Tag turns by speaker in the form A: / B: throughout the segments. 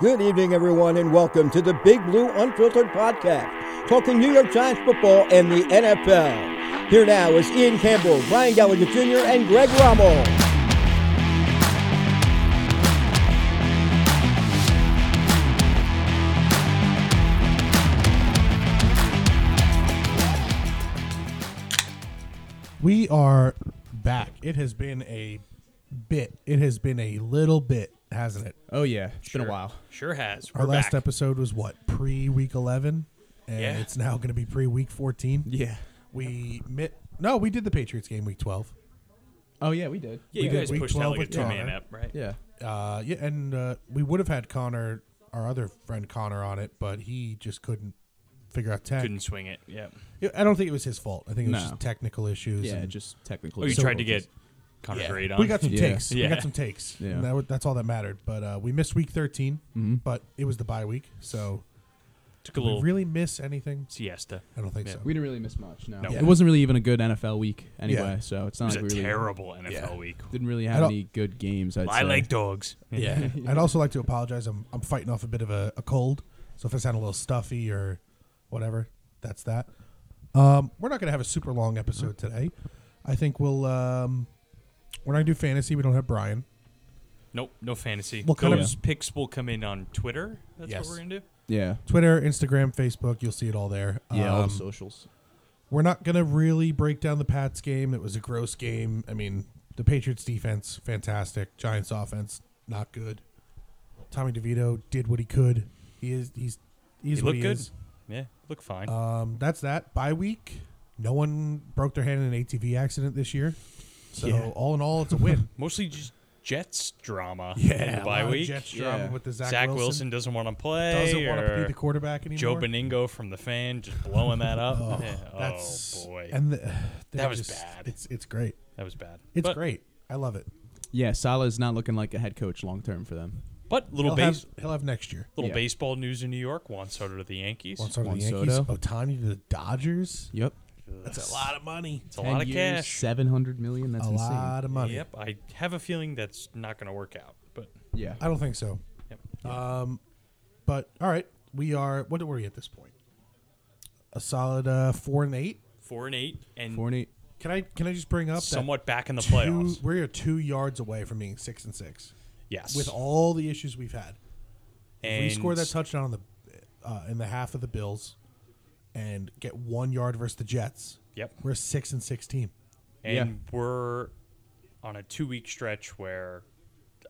A: Good evening, everyone, and welcome to the Big Blue Unfiltered Podcast, talking New York Giants football and the NFL. Here now is Ian Campbell, Brian Gallagher Jr., and Greg Rommel.
B: We are back. It has been a bit. It has been a little bit, hasn't it?
C: Oh yeah, it's been a while.
D: Sure has.
B: Our
D: We're
B: last
D: back.
B: episode was what pre week eleven, and
D: Yeah.
B: it's now going to be pre week fourteen.
C: Yeah.
B: We mit. No, we did the Patriots game week twelve.
C: Oh yeah, we did.
D: Yeah, you
B: did
D: guys
B: week
D: pushed
B: 12
D: out like a
B: with
D: two man
B: Connor.
D: up, right?
C: Yeah.
B: Uh, yeah, and uh, we would have had Connor, our other friend Connor, on it, but he just couldn't figure out tech.
D: Couldn't swing it. Yeah.
B: Yeah, I don't think it was his fault. I think it was
C: No.
B: just technical issues.
C: Yeah,
B: and-
C: just
D: Oh,
C: technically.
D: you
B: So-
D: tried to get Connor
B: Yeah.
D: Grade on.
B: We got some
C: Yeah.
B: takes. We
D: Yeah.
B: got some takes.
C: Yeah. Mm-hmm.
B: And that, wa- that's all that mattered. But uh, we missed week 13, but it was the bye week. So
D: took
B: did
D: a
B: we
D: little
B: really miss anything?
D: siesta.
B: I don't think
D: Yeah.
B: so.
C: We didn't really miss much. No,
D: No.
B: Yeah.
C: it wasn't really even a good NFL week anyway.
B: Yeah.
C: So it's
D: It
C: not
D: was
C: like
D: a
C: we really
D: terrible NFL
B: Yeah.
D: week.
C: didn't really
B: I
C: have
B: don't-
C: any good games. I'd
D: I
C: say.
D: like dogs.
B: yeah. I'd also like to apologize. I'm, I'm fighting off a bit of a, a cold. So if I sound a little stuffy or whatever, that's that. Um, we're not going to have a super long episode today. I think we'll. Um, when I do fantasy, we don't have Brian.
D: Nope, no fantasy.
B: What kind
C: of-
D: Those picks will come in on Twitter. That's
B: Yes.
D: what we're gonna do.
C: Yeah.
B: Twitter, Instagram, Facebook, you'll see it all there.
C: Yeah. all
B: Um,
C: the socials.
B: We're not going to really break down the Pats game. It was a gross game. I mean, the Patriots defense, fantastic. Giants offense, not good. Tommy DeVito did what he could. He is he's he's
D: He
B: what
D: looked
B: he
D: good.
B: is.
D: Yeah, look fine.
B: Um, that's that. Bye week. No one broke their hand in an ATV accident this year. So
C: Yeah.
B: all in all, it's a win.
D: Mostly just Jets drama. in the
B: a
D: bye
B: lot of
D: week.
B: Jets
C: Yeah.
B: drama with the Zach,
D: Zach, Wilson. doesn't want to play.
B: doesn't want to
D: or
B: be the quarterback anymore.
D: Joe Beningo from the fan just blowing that up.
B: Oh,
D: Yeah. Oh,
B: that's
D: boy,
B: and the, they're
D: was
B: just-
D: bad.
B: It's it's great.
D: that was bad.
B: It's
D: But-
B: great. I love it.
C: Yeah, Salah is not looking like a head coach long term for them.
D: But little
B: He'll
D: base,
B: have, he'll have next year.
D: little
C: Yeah.
D: baseball news in New York. Juan Soto to the Yankees.
B: One star to the
C: Juan
B: Yankees.
C: Soto.
B: Otani to the Dodgers.
C: Yep.
B: That's a lot of money.
D: It's a lot of cash.
C: Seven hundred million. That's
B: a
C: insane.
B: lot of money.
D: Yep, I have a feeling that's not going to work out. But
C: Yeah.
B: I don't think so. Um,
D: yep.
B: But all right, we are. What were we at this point? A solid uh, four and eight.
D: four and eight, and
C: Four and eight.
B: Can I can I just bring up
D: somewhat back in the
B: that two,
D: playoffs.
B: We're two yards away from being six and six
D: Yes,
B: with all the issues we've had.
D: and
B: if we score that touchdown on the uh, in the half of the Bills and get one yard versus the Jets.
D: Yep.
B: we're a six and six team.
D: and we're on a two-week stretch where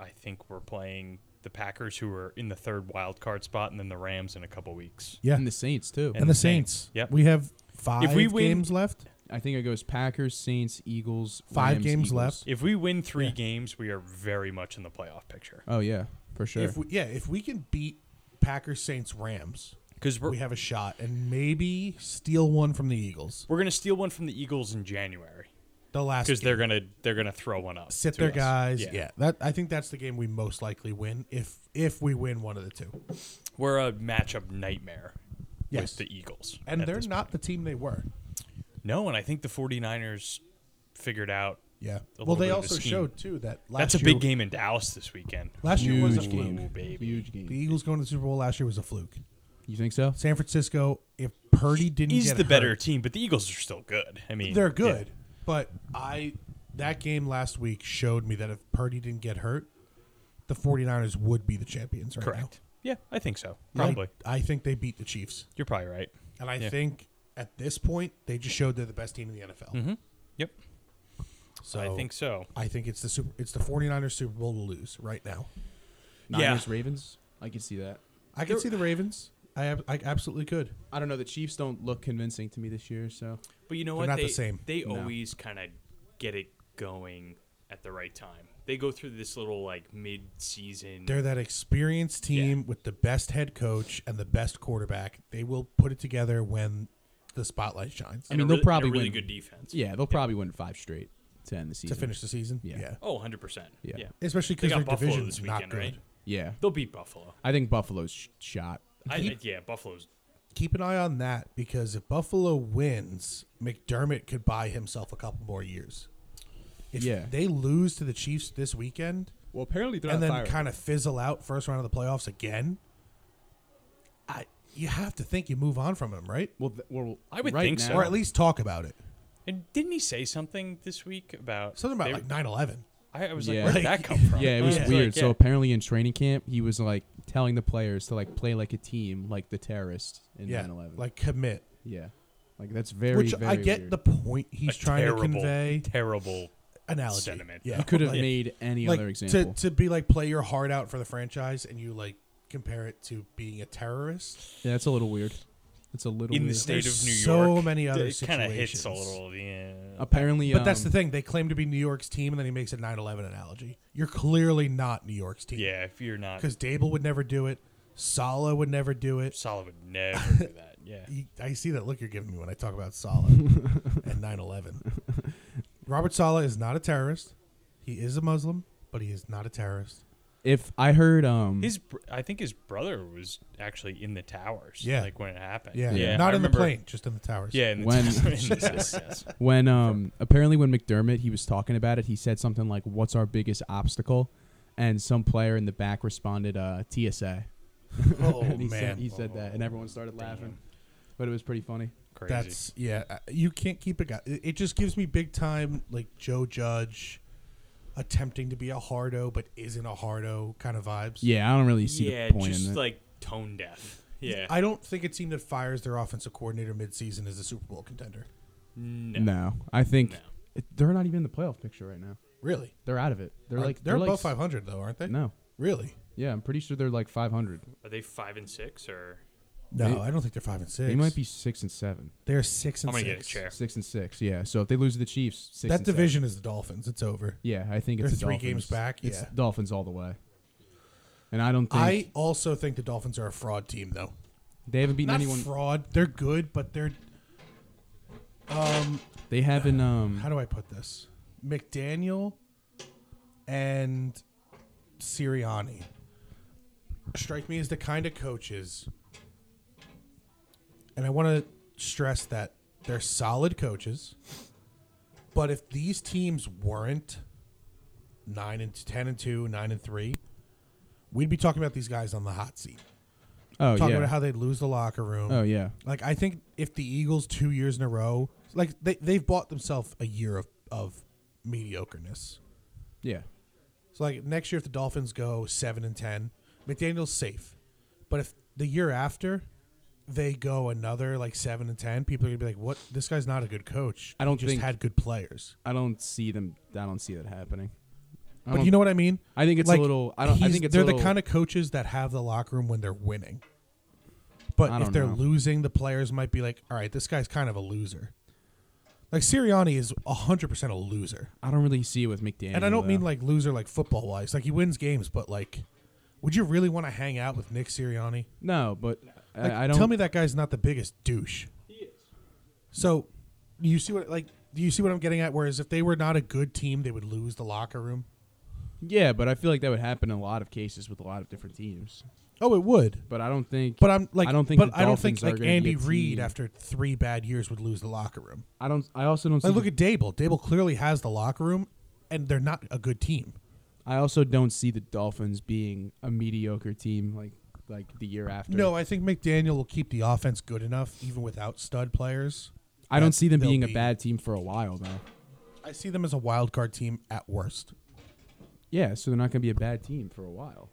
D: I think we're playing the Packers, who are in the third wild card spot, and then the Rams in a couple weeks.
B: Yeah,
C: And the Saints too.
B: and the Saints.
D: Yep.
B: we have five
D: If we win-
B: games left.
C: I think it goes Packers, Saints, Eagles.
B: Five
C: Rams,
B: games
C: Eagles.
B: left.
D: If we win three games, we are very much in the playoff
B: Uh,
D: picture
C: Oh yeah, for sure.
B: If we, yeah, if we can beat Packers, Saints, Rams,
D: because we're
B: we have a shot, and maybe steal one from the Eagles.
D: we're going to steal one from the Eagles in January
B: The last
D: because they're
B: game.
D: going to they're going to throw one up.
B: sit
D: to
B: their
D: us.
B: guys. Yeah. that I think that's the game we most likely win if if we win one of the two.
D: we're a matchup nightmare
B: Yes.
D: with the Eagles.
B: And
D: at
B: they're
D: this
B: not the team they were.
D: point. No, and I think the 49ers figured out
B: Yeah.
D: A
B: well,
D: little
B: they
D: bit of a
B: also
D: scheme.
B: showed too that last
D: that's a
B: year,
D: big game in Dallas this weekend.
B: Last year was a
C: Huge
B: fluke.
D: Ooh, baby.
C: Huge
B: The
C: game.
B: Eagles going to the Super Bowl last year was a fluke.
C: You think so?
B: San Francisco, if Purdy didn't
D: He's
B: get
D: the better
B: hurt-
D: team, but the Eagles are still good. I mean,
B: they're
D: yeah.
B: good. But I that game last week showed me that if Purdy didn't get hurt, the 49ers would be the champions right
D: Correct.
B: now.
D: Yeah, I think so.
B: I-
D: Probably.
B: I, think they beat the Chiefs.
D: You're probably right.
B: And I
D: Yeah.
B: think at this point they just showed they're the best team in the NFL.
D: Yep.
B: So
D: Mm-hmm. I think so.
B: I think it's the super it's the 49ers Super Bowl to lose right now.
C: Niners,
D: Yeah.
C: Ravens. I could see that.
B: I could see the Ravens. I ab- I absolutely could.
C: I don't know. The Chiefs don't look convincing to me this year. So
D: But you know
B: They're
D: what?
B: not
D: they,
B: the same.
D: They
C: No.
D: always kind of get it going at the right time. They go through this little like mid-season.
B: They're that experienced team with the best head coach and the best quarterback. They will put it together when the spotlight shines
C: I mean, they'll
D: and a really, and
C: probably
D: a really
C: win.
D: good defense.
C: yeah, they'll probably win five straight to end the
B: to
C: season.
B: finish the season.
C: Yeah.
D: Oh, 100%. Yeah.
C: Yeah.
B: Especially
D: They
B: because
D: got
B: their
D: Buffalo
B: division's
D: this
B: not
D: weekend,
B: good.
D: right?
C: Yeah,
D: They'll beat Buffalo.
C: I think Buffalo's sh- shot.
D: I, I, yeah, Buffalo's
B: Keep an eye on that because if Buffalo wins, McDermott could buy himself a couple more years. If
C: Yeah.
B: they lose to the Chiefs this weekend,
C: Well, apparently they're
B: and
C: not
B: then
C: firing.
B: kind of fizzle out first round of the playoffs again, I you have to think you move on from him, right?
C: well, th- well,
D: I would
C: right
D: think so.
C: now,
B: Or at least talk about it.
D: And didn't he say something this week about
B: Something about
D: they-
B: like 9-11.
D: I, I was
C: Yeah.
D: like, where did that come from?
C: Yeah, it was
B: Yeah.
C: weird.
D: Like,
C: So
D: yeah.
C: apparently in training camp, he was like telling the players to like play like a team, like the terrorists in
B: Yeah,
C: 9/11.
B: like commit.
C: yeah, like that's very.
B: Which
C: very
B: I get
C: weird.
B: the point he's
D: a
B: trying
D: terrible,
B: to convey.
D: terrible.
B: Analogy.
D: sentiment.
B: Yeah.
C: You could have
B: Like-
C: made any
B: like
C: other
B: to
C: example.
B: to be like play your heart out for the franchise, and you like compare it to being a terrorist.
C: yeah, that's a little weird. It's a little
D: In the
C: weird.
D: state
B: There's
D: of New
B: so
D: York,
B: many other
D: it kind of hits a
B: situations.
D: little. Yeah,
C: Apparently,
B: But that's the
C: um,
B: thing; they claim to be New York's team, and then he makes a 9-11 analogy. You're clearly not New York's team.
D: yeah. If you're not,
B: because Dable would never do it. Sala would never do it.
D: Salah would never do that. Yeah,
C: Mm.
B: You- I see that look you're giving me when I talk about Sala and 9/11. Robert Sala is not a terrorist. He is a Muslim, but he is not a terrorist.
C: If I heard, um,
D: his br- I think his brother was actually in the towers.
B: Yeah.
D: like when it happened.
B: Yeah,
C: Yeah.
B: not
D: I
B: in
D: remember-
B: the plane, just in the towers.
D: Yeah, in the
C: When-
D: towers. in the towers, yes.
C: when um apparently when McDermott he was talking about it, he said something like, "What's our biggest obstacle?" And some player in the back responded, uh, "TSA."
B: Oh
C: And he
B: man,
C: said he said that, and everyone started laughing. But it was pretty funny.
D: Crazy.
B: that's yeah. uh, You can't keep it. go- It it just gives me big time like Joe Judge attempting to be a hardo but isn't a hardo kind of vibes.
C: Yeah, I don't really see
D: yeah,
C: the point
D: just
C: in it.
B: uh,
D: like tone deaf. Yeah,
B: I don't think a team that fires their offensive coordinator midseason is a Super Bowl contender.
D: no.
C: no. I think
D: No.
C: it- they're not even in the playoff picture right now.
B: Really?
C: They're out of it. They're
B: Are-
C: like
B: they're, above
C: like,
B: 500 though, aren't they?
C: No,
B: Really?
C: yeah, I'm pretty sure they're like 500.
D: Are they five and six or?
B: No,
C: They-
B: I don't think they're five and six.
C: They might be six and seven,
B: They're six and
D: I'm gonna get a
B: six.
D: chair.
C: six and six. Yeah. So if they lose to the Chiefs, six
B: That
C: and seven.
B: division is the Dolphins. It's over.
C: Yeah, I think
B: They're
C: it's the
B: three
C: Dolphins.
B: games back,
C: It's
B: yeah.
C: Dolphins all the way. And I don't think
B: I also think the Dolphins are a fraud team, though.
C: they haven't beaten
B: Not
C: anyone.
B: fraud. They're good, but they're
C: They haven't.
B: how
C: Um,
B: do I put this? McDaniel and Sirianni strike me as the kind of coaches, and I want to stress that they're solid coaches. But if these teams weren't nine and ten and two, nine and three, we'd be talking about these guys on the hot seat,
C: oh
B: talking
C: yeah.
B: about how they lose the locker room.
C: oh yeah.
B: Like I think if the Eagles two years in a row, like they they've bought themselves a year of of mediocreness.
C: Yeah.
B: So like next year, if the Dolphins go seven and ten, McDaniel's safe. But if the year after they go another like seven and ten, people are gonna be like, "What? This guy's not a good coach.
C: I don't
B: He just
C: think-
B: had good players."
C: I don't see them. I don't see that happening. I
B: But
C: don't-
B: you know what I mean?
C: I think it's a little. I don't. I
B: he's-
C: think it's
B: they're
C: a
B: the
C: little-
B: kind of coaches that have the locker room when they're winning. But
C: I
B: if
C: don't
B: they're
C: know.
B: losing, the players might be like, "All right, this guy's kind of a loser." Like Sirianni is hundred percent a loser,
C: I don't really see it with McDaniel.
B: and I don't
C: though.
B: mean like loser like football wise. Like he wins games, but like, would you really want to hang out with Nick Sirianni?
C: No, but I-
B: Like,
C: I don't.
B: tell me that guy's not the biggest douche. He is. So, you see what like do you see what I'm getting at? Whereas if they were not a good team, they would lose the locker room.
C: Yeah, but I feel like that would happen in a lot of cases with a lot of different teams.
B: Oh, it would.
C: But I don't think.
B: But I'm like,
C: I don't think.
B: but
C: the
B: I don't think
C: Dolphins are
B: like
C: gonna be
B: Andy
C: a
B: Reid
C: team-
B: after three bad years would lose the locker room.
C: I don't. I also don't. See
B: Like, look
C: the-
B: at Dable. Dable clearly has the locker room, and they're not a good team.
C: I also don't see the Dolphins being a mediocre team like like the year after.
B: No, I think McDaniel will keep the offense good enough even without stud players.
C: I don't see them
B: they'll
C: being a
B: be-
C: bad team for a while though.
B: I see them as a wild card team at worst.
C: Yeah, so they're not going to be a bad team for a while.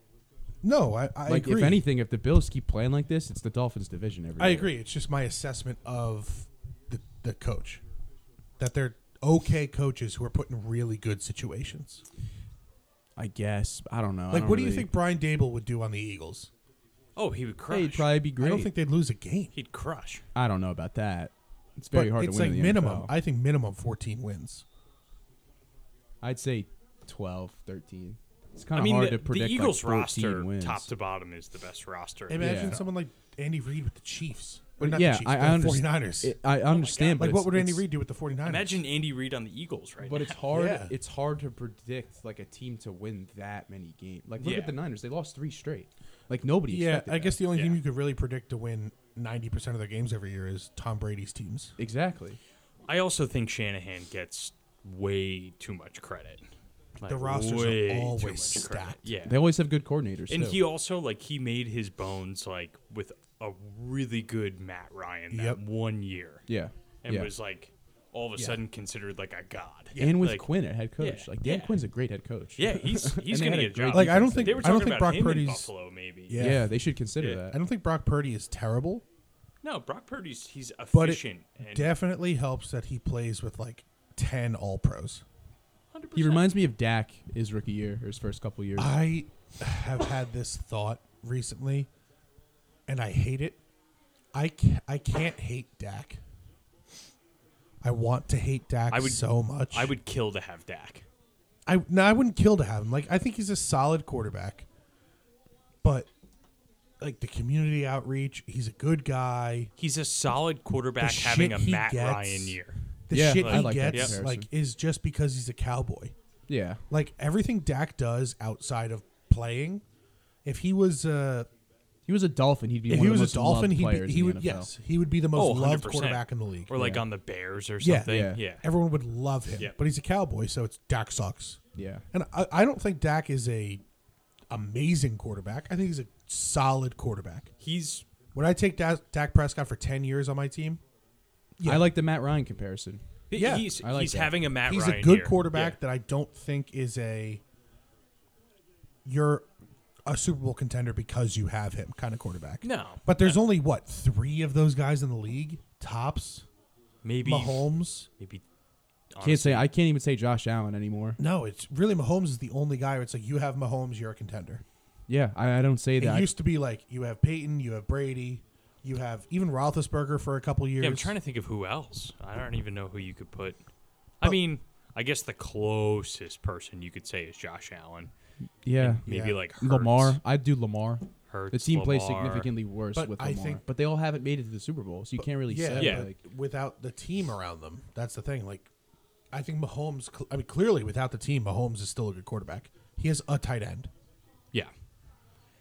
B: No, I, I
C: like
B: agree.
C: if anything, if the Bills keep playing like this, it's the Dolphins' division every.
B: I
C: year.
B: agree. It's just my assessment of the the coach that they're okay coaches who are put in really good situations.
C: I guess I don't know. I
B: Like,
C: don't
B: what do you
C: really-
B: think Brian Dable would do on the Eagles?
D: Oh, he would crush.
C: They'd probably be great.
B: I don't think they'd lose a game.
D: he'd crush.
C: I don't know about that. It's very
B: but
C: hard
B: it's
C: to win.
B: like
C: in the
B: minimum.
C: NFL.
B: I think minimum fourteen wins.
C: I'd say 12, 13. It's kind
D: I
C: of
D: mean,
C: hard
D: the,
C: to predict.
D: the Eagles
C: like 14
D: roster,
C: wins.
D: top to bottom, is the best roster.
B: Imagine
C: Yeah.
B: someone like Andy Reid with the Chiefs. Or not
C: yeah,
B: the Chiefs,
C: I,
B: the
C: I understand.
B: 49ers.
C: it- I understand,
B: like,
C: but
B: what
C: it's-
B: would Andy
C: it's-
B: Reid do with the 49ers?
D: Imagine Andy Reid on the Eagles right
C: But
D: now.
C: it's hard.
B: Yeah.
C: It's hard to predict like a team to win that many games. Like look
D: Yeah.
C: at the Niners; they lost three straight. Like nobody.
B: Yeah,
C: expected
B: I
C: that.
B: guess the only team
D: Yeah.
B: you could really predict to win 90% of their games every year is Tom Brady's teams.
C: exactly.
D: I also think Shanahan gets way too much credit Like,
B: the rosters
D: way
B: are
D: too
B: always
D: much credit.
B: stacked.
D: Yeah.
C: They always have good coordinators.
D: and
C: too.
D: he also like he made his bones like with a really good Matt Ryan
B: Yep.
D: that one year.
C: yeah,
D: And
C: yeah.
D: was like all of a
B: Yeah.
D: sudden considered like a god.
C: and with
D: Like,
C: Quinn at head coach,
D: yeah,
C: like Dan
D: yeah.
C: Quinn's a great head coach.
D: Yeah, he's he's
C: they
D: gonna
C: had a
D: get a
C: great
D: job.
B: Like I don't
C: defense.
B: think
D: they were
B: I
D: talking
B: don't think
D: about
B: Brock
D: him in
B: Purdy's
D: Buffalo maybe.
B: Yeah.
C: yeah, they should consider
D: Yeah.
C: that.
B: I don't think Brock Purdy is terrible,
D: No, Brock Purdy's he's
B: but
D: efficient
B: it
D: and
B: definitely helps that he plays with like ten All Pros.
D: 100%.
C: He reminds me of Dak his rookie year or his first couple years.
B: I have had this thought recently, and I hate it. I can't, I can't hate Dak. I want to hate Dak
D: I would-
B: so much.
D: I would kill to have Dak.
B: I no, I wouldn't kill to have him. Like I think he's a solid quarterback, but like the community outreach, he's a good guy.
D: He's a solid quarterback
B: shit
D: having a
B: he
D: Matt
B: gets-
D: Ryan year.
B: The
C: Yeah,
B: shit
C: I
B: he
C: like that
B: gets
C: comparison.
B: like is just because he's a cowboy.
C: yeah,
B: Like everything Dak does outside of playing, if he was uh,
C: he was a Dolphin. He'd be
B: if
C: one
B: he
C: of
B: was
C: the
B: a
C: most
B: dolphin,
C: loved
B: he
C: players
B: would, he
C: in the
B: would
C: NFL.
B: yes, he would be the most
D: Oh,
B: loved
D: 100%.
B: quarterback in the league.
D: Or like
C: Yeah.
D: on the Bears or
B: Yeah.
D: something.
C: Yeah.
D: yeah.
B: Everyone would love him,
D: Yeah.
B: but he's a cowboy, so it's Dak sucks.
C: Yeah,
B: And I, I don't think Dak is a amazing quarterback. I think he's a solid quarterback.
D: He's
B: Would I take Dak, Dak Prescott for ten years on my team? Yeah.
C: I like the Matt Ryan comparison.
B: Yeah,
D: he's
C: I like
D: he's
C: that.
D: having a Matt
B: he's
D: Ryan
B: a good
D: year.
B: quarterback
D: Yeah.
B: that I don't think is a you're a Super Bowl contender because you have him kind of quarterback.
D: No.
B: But there's only what three of those guys in the league tops.
D: Maybe
B: Mahomes.
D: Maybe
C: Can't say I can't even say Josh Allen anymore.
B: No, it's really Mahomes is the only guy where it's like you have Mahomes, you're a contender.
C: Yeah, I, I don't say
B: It
C: that.
B: used to be like you have Peyton, you have Brady, you have even Roethlisberger for a couple years.
D: Yeah, I'm trying to think of who else. I don't even know who you could put. I mean, I guess the closest person you could say is Josh Allen.
C: yeah,
D: Maybe
B: Yeah.
D: like Hurts,
C: Lamar. I'd do Lamar.
D: Hurts,
C: The team plays
D: Lamar.
C: significantly worse
B: But
C: with
B: I
C: Lamar,
B: think-
C: but they all haven't made it to the Super Bowl, so you can't really
B: yeah,
C: say.
D: Yeah.
C: Like,
B: but without the team around them, that's the thing. Like, I think Mahomes. cl- I mean, clearly without the team, Mahomes is still a good quarterback. He has a tight end.
D: Yeah.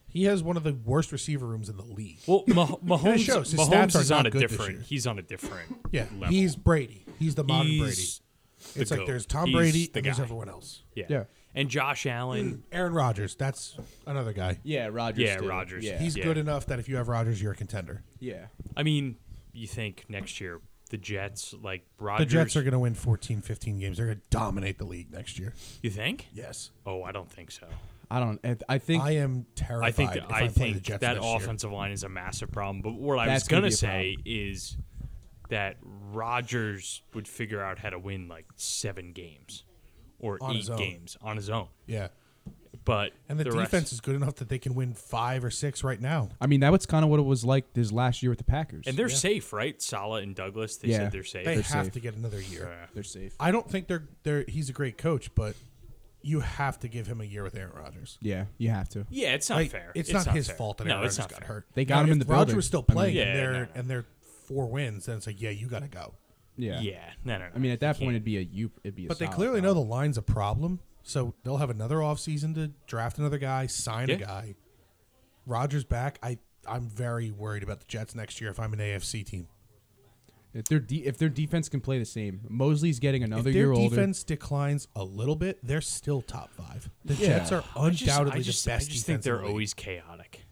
B: He has one of the worst receiver rooms in the league.
D: Well, Mah- Mahomes,
B: shows. His stats
D: Mahomes
B: are
D: is on
B: not
D: a
B: good this
D: different.
B: year.
D: He's on a different.
B: yeah,
D: level.
B: he's Brady. He's the modern
D: He's
B: Brady. It's
D: the
B: like
D: goat.
B: there's Tom
D: He's
B: Brady
D: the
B: and there's
D: guy.
B: everyone else.
D: yeah.
C: Yeah.
D: And Josh Allen,
B: Aaron Rodgers. That's another guy.
C: yeah, Rodgers.
D: Yeah,
C: too.
D: Rodgers.
C: Yeah,
B: He's
D: Yeah.
B: good enough that if you have Rodgers, you're a contender.
C: yeah.
D: I mean, you think next year the Jets like
B: The
D: Rodgers?
B: Jets are going to win 14, 15 games. They're going to dominate the league next year.
D: You think?
B: Yes.
D: Oh, I don't think so.
C: I don't. I- I think
B: I am terrified.
D: I think
B: if
D: I,
B: play the
D: think
B: Jets
D: that
B: next year.
D: offensive line is a massive problem. But what I
C: That's
D: was
C: gonna
D: gonna
C: be a
D: say is that Rodgers would figure out how to win like seven games or
B: On
D: eight
B: his own.
D: games on his own.
B: Yeah.
D: But
B: And the,
D: rest-
B: defense is good enough that they can win five or six right now.
C: I mean, that was kind of what it was like this last year with the Packers.
D: and they're safe, right? Sala and Douglas, they
C: Yeah.
D: said they're safe.
B: They
C: They're
B: have
C: safe.
B: to get another year.
D: Yeah.
C: they're safe.
B: I don't think they're they're he's a great coach, but you have to give him a year with Aaron Rodgers.
C: Yeah, you have to.
D: yeah, it's not
B: Like,
D: fair.
B: It's, not, his
D: fair.
B: fault that
D: no,
B: Aaron
D: it's
B: Rodgers
D: not
B: got
D: fair.
B: hurt.
C: They got him
B: if
C: in the
B: Rodgers
C: building.
B: was still
C: I mean-
B: playing
D: Yeah,
B: and they're
D: no, no.
B: and they're four wins, then it's like, yeah, you gotta go.
C: Yeah.
D: Yeah. no, no, no.
C: I mean, at that
D: You
C: point,
D: can't.
C: it'd be a you. It'd be. A
B: But they
C: solid
B: clearly know
C: round.
B: the line's a problem, so they'll have another offseason to draft another guy, sign
D: Yeah.
B: a guy. Rodgers back, I I'm very worried about the Jets next year if I'm an AFC team.
C: If their de- if their defense can play the same, Mosley's getting
B: If their
C: another year older.
B: defense declines a little bit, they're still top five. The
C: Yeah.
B: Jets are
D: I just-
B: undoubtedly
D: I just,
B: the best
D: I
B: defense.
D: just think
B: in
D: they're
B: the league.
D: always chaotic.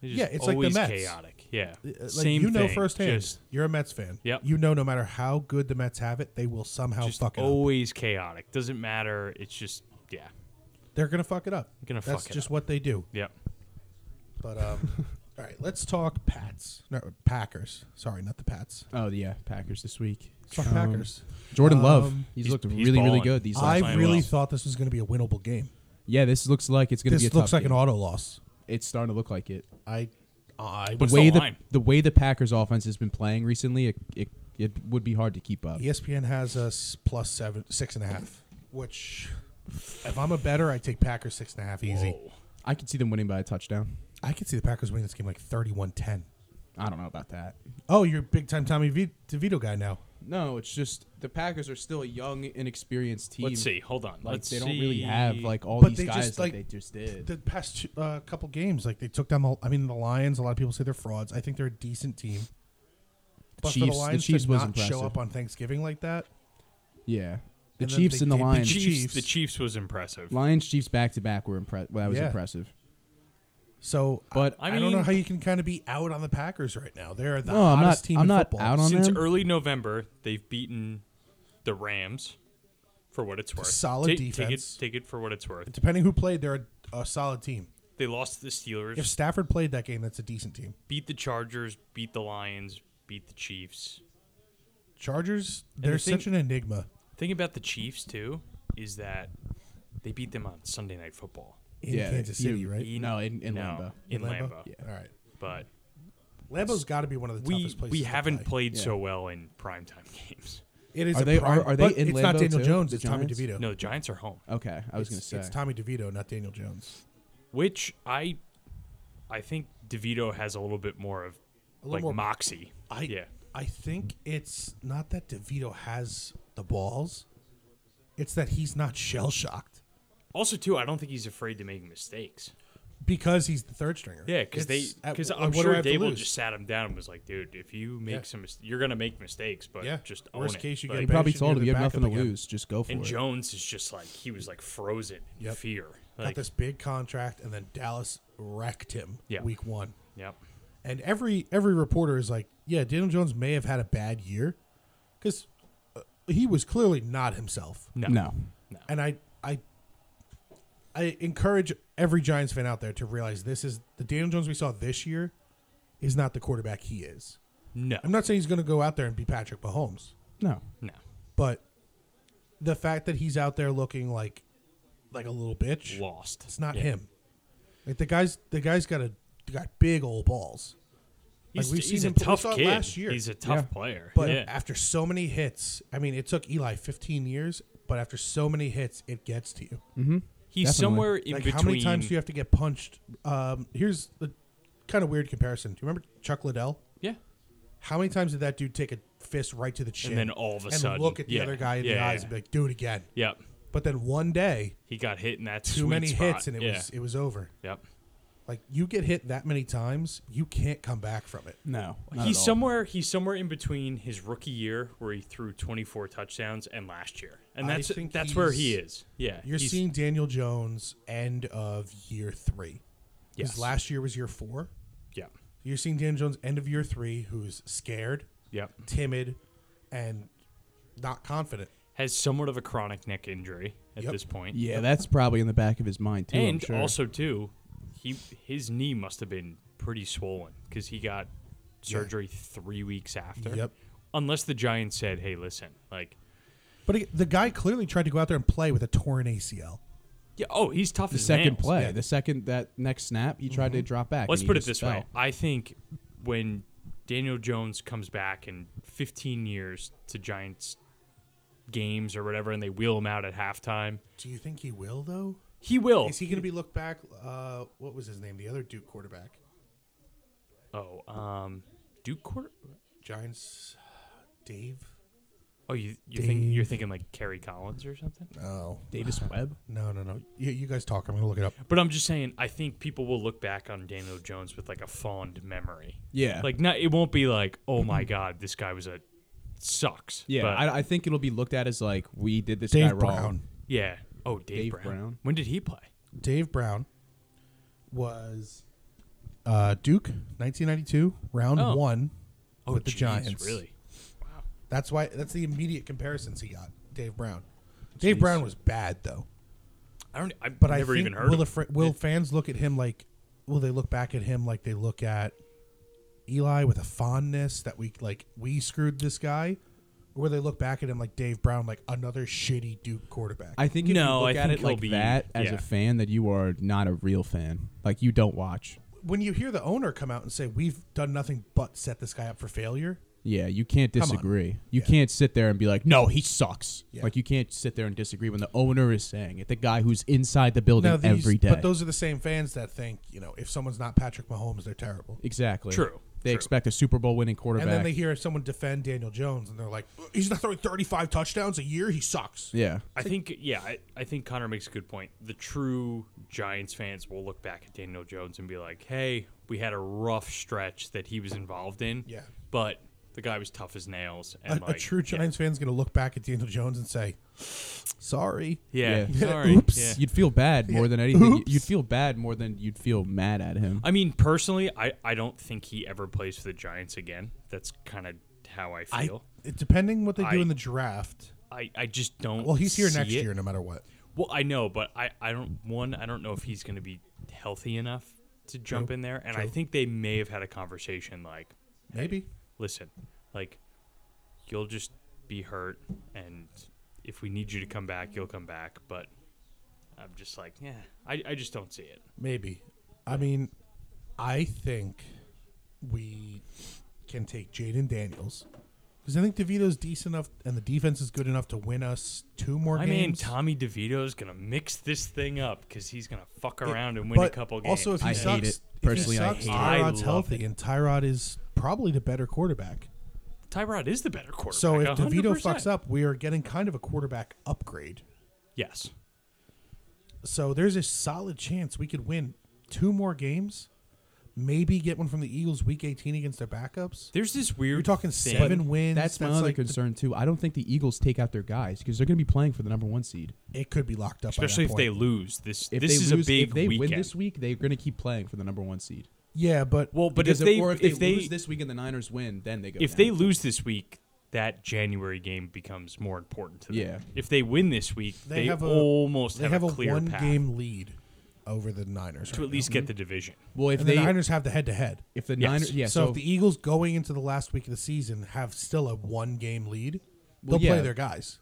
D: They're just
B: Yeah, it's like the
D: always
B: Mets.
D: chaotic. Yeah,
B: Uh, like,
D: same.
B: You know
D: thing,
B: firsthand.
D: just-
B: you're a Mets fan.
D: Yep.
B: You know, no matter how good the Mets have it, they will somehow
D: just oh
B: fuck it up.
D: always chaotic. Doesn't matter. It's just yeah,
B: They're gonna fuck it up.
D: Gonna
B: That's
D: fuck it
B: just
D: up.
B: what they do.
D: yeah.
B: But um, all right, let's talk Pats. No, Packers. Sorry, not the Pats.
C: Oh yeah, Packers this week.
B: Let's talk
C: Um,
B: Packers.
C: Jordan Love,
B: Um,
C: he's,
D: He's-
C: looked
D: he's
C: really really
D: balling.
C: good these last.
B: I
D: playing
B: really
D: well.
B: thought this was gonna be a winnable game.
C: yeah, this looks like it's going to be a
B: This looks
C: tough
B: like an
C: game.
B: auto loss.
C: It's starting to look like it.
B: I, I
D: What's
C: way
D: the
C: the,
D: line?
C: way the Packers offense has been playing recently, it, it it would be hard to keep up.
B: ESPN has us plus seven, six and a half. Which, if I'm a better, I take Packers six and a half easy.
D: Whoa.
C: I could see them winning by a touchdown.
B: I could see the Packers winning this game like 31-10.
C: I don't know about that.
B: Oh, you're a big time Tommy v- DeVito guy now.
C: No, it's just the Packers are still a young, inexperienced team.
D: Let's see. Hold on.
C: Like
D: Let's
C: they don't really have
D: see.
C: like all
B: But
C: these
B: they
C: guys
B: just,
C: like,
B: like,
C: they just did.
B: The past two, uh, couple games, like they took down the. I mean, the Lions. A lot of people say they're frauds. I think they're a decent team. But for
C: Chiefs-
B: the
C: the
B: Lions
C: Chiefs
B: to
C: was
B: not
C: impressive.
B: show up on Thanksgiving like that
C: yeah, The
B: And then
C: Chiefs
B: they
C: and the
B: did beat
C: Lions.
B: the
D: Chiefs.
B: Chiefs.
D: The Chiefs was impressive.
C: Lions Chiefs back to back were impressive. Well, that was
B: Yeah.
C: impressive.
B: So
C: But,
B: I,
D: I
B: I don't know
D: mean-
B: how you can kind of be out on the Packers right now. They're the
C: No, I'm
B: hottest
C: not-
B: team
C: I'm
B: in
C: not
B: football.
C: out on
D: Since
C: them?
D: early November, they've beaten the Rams for what it's worth.
B: Solid
D: Ta-
B: defense.
D: Take it, take it for what it's worth.
B: Depending who played, they're a, a solid team.
D: They lost to the Steelers,
B: If Stafford played that game, that's a decent team.
D: beat the Chargers, beat the Lions, beat the Chiefs.
B: Chargers,
D: the
B: they're
D: thing-
B: such an enigma.
D: Thing about the Chiefs too is that they beat them on Sunday Night Football
B: in
C: yeah,
B: Kansas
C: you-
B: City, right?
C: No, in, in
D: No,
C: Lambeau.
D: In,
B: Lambeau?
D: Lambeau,
B: All right.
D: but
B: Lambo's got to be one of the
D: we
B: toughest places.
D: we
B: to
D: haven't
B: play.
D: played
C: Yeah.
D: so well in primetime games.
B: It is
C: Are
B: a
C: they-
B: prime-
C: are- are they
B: but
C: in
B: It's not
C: Lambeau
B: Daniel
C: too,
B: Jones.
C: the
B: It's Tommy
C: Giants?
B: DeVito.
D: No, the Giants are home,
C: Okay, I was
B: it's,
C: going to say.
B: it's Tommy DeVito, not Daniel Jones.
D: which I I think DeVito has a little bit more of
B: little
D: like
B: more-
D: moxie.
B: I
D: yeah.
B: I think it's not that DeVito has the balls. It's that he's not shell shocked
D: Also, too, I don't think he's afraid to make mistakes.
B: because he's the third stringer.
D: Yeah, because they
B: It's at-
D: because
B: like,
D: I'm
B: what do I
D: sure
B: have to
D: Dable
B: lose?
D: just sat him down and was like, "Dude, if you make
B: Yeah.
D: some, mis- you're gonna make mistakes, but
B: Yeah.
D: just own
B: Worst
D: it."
B: case, you
D: Like,
B: get
C: They
B: a
C: probably
B: They should
C: told
B: do
C: him
B: the
C: you have nothing to
B: backup again.
C: lose. Just go for
D: And
C: it.
D: Jones is just like he was like frozen in
B: Yep.
D: fear.
B: got
D: Like,
B: this big contract, and then Dallas wrecked him
D: Yeah.
B: week one.
D: Yep.
B: and every every reporter is like, yeah, Daniel Jones may have had a bad year because uh, he was clearly not himself.
D: No.
C: no.
B: And I I I encourage every Giants fan out there to realize this is the Daniel Jones we saw this year is not the quarterback he is.
D: No.
B: I'm not saying he's going to go out there and be Patrick Mahomes,
C: No.
D: No.
B: but the fact that he's out there looking like like a little bitch,
D: Lost.
B: it's not
D: Yeah.
B: him. Like the guys, the guy's got a got big old balls.
D: He's,
B: we've
D: he's
B: seen him-
D: a
B: we
D: tough
B: saw it
D: kid.
B: last year.
D: He's a tough
C: Yeah.
D: player.
B: But
D: yeah.
B: after so many hits, I mean, it took Eli 15 years, but after so many hits, it gets to you.
D: he's
C: definitely.
D: somewhere in
B: like,
D: between.
B: how many times do you have to get punched? Um, here's the kind of weird comparison. Do you remember Chuck Liddell?
D: yeah.
B: How many times did that dude take a fist right to the chin?
D: then all of a
B: and
D: sudden-
B: look at the
D: yeah,
B: other guy in the
D: yeah,
B: eyes
D: yeah.
B: and be like, do it again.
D: Yep.
B: But then one day,
D: He got hit in that
B: too
D: sweet
B: many
D: spot.
B: hits, and it
D: yeah.
B: was it was over.
D: Yep.
B: Like, you get hit that many times, you can't come back from it.
C: No. not
D: He's
C: at all.
D: somewhere. He's somewhere in between his rookie year, where he threw 24 touchdowns, and last year, and
B: I
D: that's
B: think
D: that's where he
B: he's-
D: is. Yeah,
B: You're
D: he's-
B: seeing Daniel Jones end of year three. 'Cause
D: Yes.
B: last year was year four.
D: Yeah,
B: You're seeing Dan Jones end of year three, who's scared,
D: Yep.
B: timid, and not confident.
D: has somewhat of a chronic neck injury at
B: Yep.
D: this point.
C: Yeah, that's probably in the back of his mind too. I'm
D: and
C: sure.
D: also too, he his knee must have been pretty swollen because he got surgery three weeks after.
B: Yep.
D: Unless the Giants said, "Hey, listen, like,
B: But he- the guy clearly tried to go out there and play with a torn ACL.
D: yeah, oh, he's tough
C: the
D: as
C: second
D: nails. Mm-hmm.
C: play,
B: Yeah.
C: the second that next snap, he tried to drop back.
D: Let's
C: and he
D: put it
C: just
D: this way:
C: fell.
D: I think when Daniel Jones comes back in 15 years to Giants games or whatever, and they wheel him out at halftime,
B: Do you think he will though?
D: Oh, he will.
B: Is he going to be looked back? Uh, what was his name? The other Duke quarterback,
D: oh, um, Duke Court.
B: Giants, Dave.
D: Oh, you you think you're thinking like Kerry Collins or something?
B: Oh
C: Davis Webb.
B: no, no, no! You, you guys talk. I'm going to look it up.
D: But I'm just saying, I think people will look back on Daniel Jones with like a fond memory.
C: Yeah.
D: Like, not it won't be like, oh my god, this guy was a sucks.
C: Yeah,
D: But-
C: I, I think it'll be looked at as like we did this guy
B: Dave
C: wrong.
B: Brown.
D: yeah. Oh, Dave,
C: Dave
D: Brown.
C: Brown.
D: When did he play?
B: Dave Brown was uh, Duke, 1992, round
D: Oh.
B: one
D: Oh,
B: with the
D: jeez,
B: Giants.
D: Really?
B: That's why. That's the immediate comparisons he got. Dave Brown. Dave Brown was bad though.
D: I don't. I but
B: But
D: never
B: I think
D: even heard.
B: will
D: of
B: the
D: him.
B: fr- will fans look at him like? Will they look back at him like they look at Eli with a fondness that we like we screwed this guy, or will they look back at him like Dave Brown like another shitty Duke quarterback?
C: I think if you
D: No,
C: look
D: I
C: at
D: think
C: it
D: he'll
C: like
D: be-
C: that as
D: yeah.
C: a fan, that you are not a real fan. Like you don't watch.
B: when you hear the owner come out and say we've done nothing but set this guy up for failure,
C: Yeah, you can't
B: on.
C: disagree. You
B: Yeah.
C: can't sit there and be like, "No, he sucks."
B: Yeah.
C: Like you can't sit there and disagree when the owner is saying it. The guy who's inside the building
B: now these,
C: every day.
B: but those are the same fans that think you know if someone's not Patrick Mahomes, they're terrible.
C: exactly.
D: True,
C: They
D: true.
C: expect a Super Bowl winning quarterback.
B: And then they hear someone defend Daniel Jones, and they're like, "He's not throwing 35 touchdowns a year. He sucks."
C: yeah.
D: I think yeah, I, I think Connor makes a good point. The true Giants fans will look back at Daniel Jones and be like, "Hey, we had a rough stretch that he was involved in.
B: Yeah.
D: but The guy was tough as nails.
B: A,
D: And
B: a
D: like,
B: true Giants fan's gonna look back at Daniel Jones and say, "Sorry."
D: Yeah.
C: Yeah.
D: Sorry.
C: Oops.
D: Yeah.
C: You'd feel bad more than anything.
B: Oops.
C: You'd feel bad more than you'd feel mad at him.
D: I mean, personally, I, I don't think he ever plays for the Giants again. That's kind of how I
B: I,
D: feel.
B: it- depending what they do
D: I-
B: in the draft.
D: I, I, just don't.
B: Well, he's here
D: see
B: next
D: it.
B: year, no matter what.
D: Well, I know, but I, I don't. One, I don't know if he's going to be healthy enough to jump in there, and I
B: True.
D: think they may have had a conversation like,
B: Maybe.
D: listen, like, you'll just be hurt, and if we need you to come back, you'll come back. But I'm just like, yeah, I, I just don't see it.
B: Maybe. I mean, I think we can take Jaden Daniels because I think DeVito's decent enough and the defense is good enough to win us two more
D: My man
B: games.
D: Tommy DeVito's going to mix this thing up because he's going to fuck around and win a
B: But
D: couple games.
B: also, if he
C: I hate
B: sucks,
C: it.
B: if he
C: Personally, I
B: sucks,
C: hate it.
D: I
B: Tyrod's
D: love
B: healthy,
D: it.
B: and Tyrod is probably the better quarterback.
D: Tyrod is the better quarterback.
B: So if DeVito
D: 100%.
B: fucks up, we are getting kind of a quarterback upgrade.
D: yes,
B: So there's a solid chance we could win two more games, maybe get one from the Eagles week 18 against their backups.
D: there's this weird.
B: You're talking
D: thing.
B: seven wins.
C: That's my other
B: like the-
C: concern too. I don't think the Eagles take out their guys because they're going to be playing for the number one seed.
B: it could be locked up. by that
D: especially if they
B: point.
D: lose. This
C: If
D: this
C: they
D: is
C: lose,
D: a big
C: if they
D: weekend.
C: win this week, they're going to keep playing for the number one seed.
B: yeah, but
D: well, but
C: Because
D: if they
C: or
D: if, they
C: lose this week and the Niners win, then they go.
D: if
C: down.
D: they lose this week, that January game becomes more important to them.
C: Yeah.
D: If they win this week,
B: They
D: they,
B: have a-
D: almost
B: they have a,
D: clear
B: one
D: path
B: game Mhm. lead over the Niners
D: to
B: right
D: at least
B: now.
D: get the division.
C: well, if
B: And
C: they
B: the Niners have the head to head.
C: if the
D: Yes.
C: Niners yeah,
B: so, if the Eagles going into the last week of the season have still a one game lead, they'll
C: Well,
B: play
C: yeah. Mm-hmm.
B: their guys.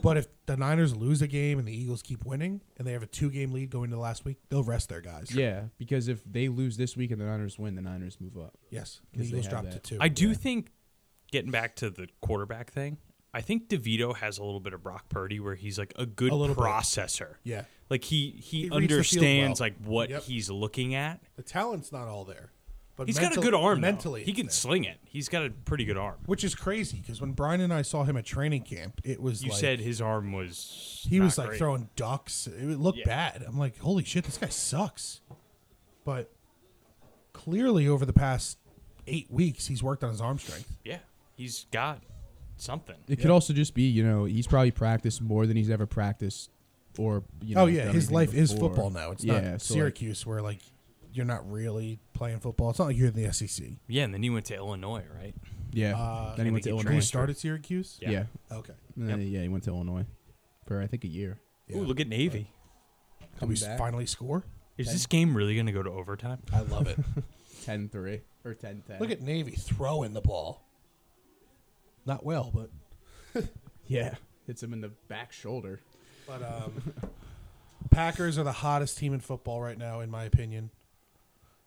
B: But if the Niners lose a game and the Eagles keep winning and they have a two game lead going to the last week, they'll rest their guys.
C: yeah, because if they lose this week and the Niners win, the Niners move up.
B: Yes. The
C: 'Cause they
B: Eagles
C: have
B: dropped to
C: that.
B: two.
D: I do think getting back to the quarterback thing, I think DeVito has a little bit of Brock Purdy where he's like a good
B: A little bit.
D: processor.
B: Yeah.
D: Like he
B: He
D: he,
B: reads the field
D: understands
B: well.
D: like what
B: Yep.
D: he's looking at.
B: The talent's not all there. But
D: He's
B: mental-
D: got a good arm. though.
B: mentally.
D: he
B: it's
D: can
B: there.
D: sling it. He's got a pretty good arm.
B: Which is crazy because when Brian and I saw him at training camp, it was
D: You
B: like,
D: said his arm was
B: he was
D: not
B: like
D: great.
B: throwing ducks. It would look
D: Yeah.
B: bad. I'm like, holy shit, this guy sucks. But clearly, over the past eight weeks, he's worked on his arm strength.
D: Yeah, he's got something.
C: It could also just be you know he's probably practiced more than he's ever practiced, or you know.
B: oh yeah,
C: done
B: his
C: anything
B: life is
C: before.
B: football now. It's
C: Yeah,
B: not
C: so, like-
B: Syracuse where like you're not really playing football. It's not like you're in the E SEC.
D: Yeah, and then he went to Illinois, right?
C: Yeah,
B: Uh,
C: then he went to
D: I think he
B: Did he
C: Illinois.
B: start at Syracuse?
D: Yeah.
C: yeah,
B: Okay.
C: And then, yeah, he went to Illinois for I think a year.
B: Yeah.
D: Ooh, look at Navy.
B: Did we finally score?
D: Is this game really going to go to overtime?
B: I love it.
C: 10-3 or 10-10.
B: look at Navy throwing the ball. Not well, but
C: yeah, hits him in the back shoulder.
B: But um, Packers are the hottest team in football right now, in my opinion.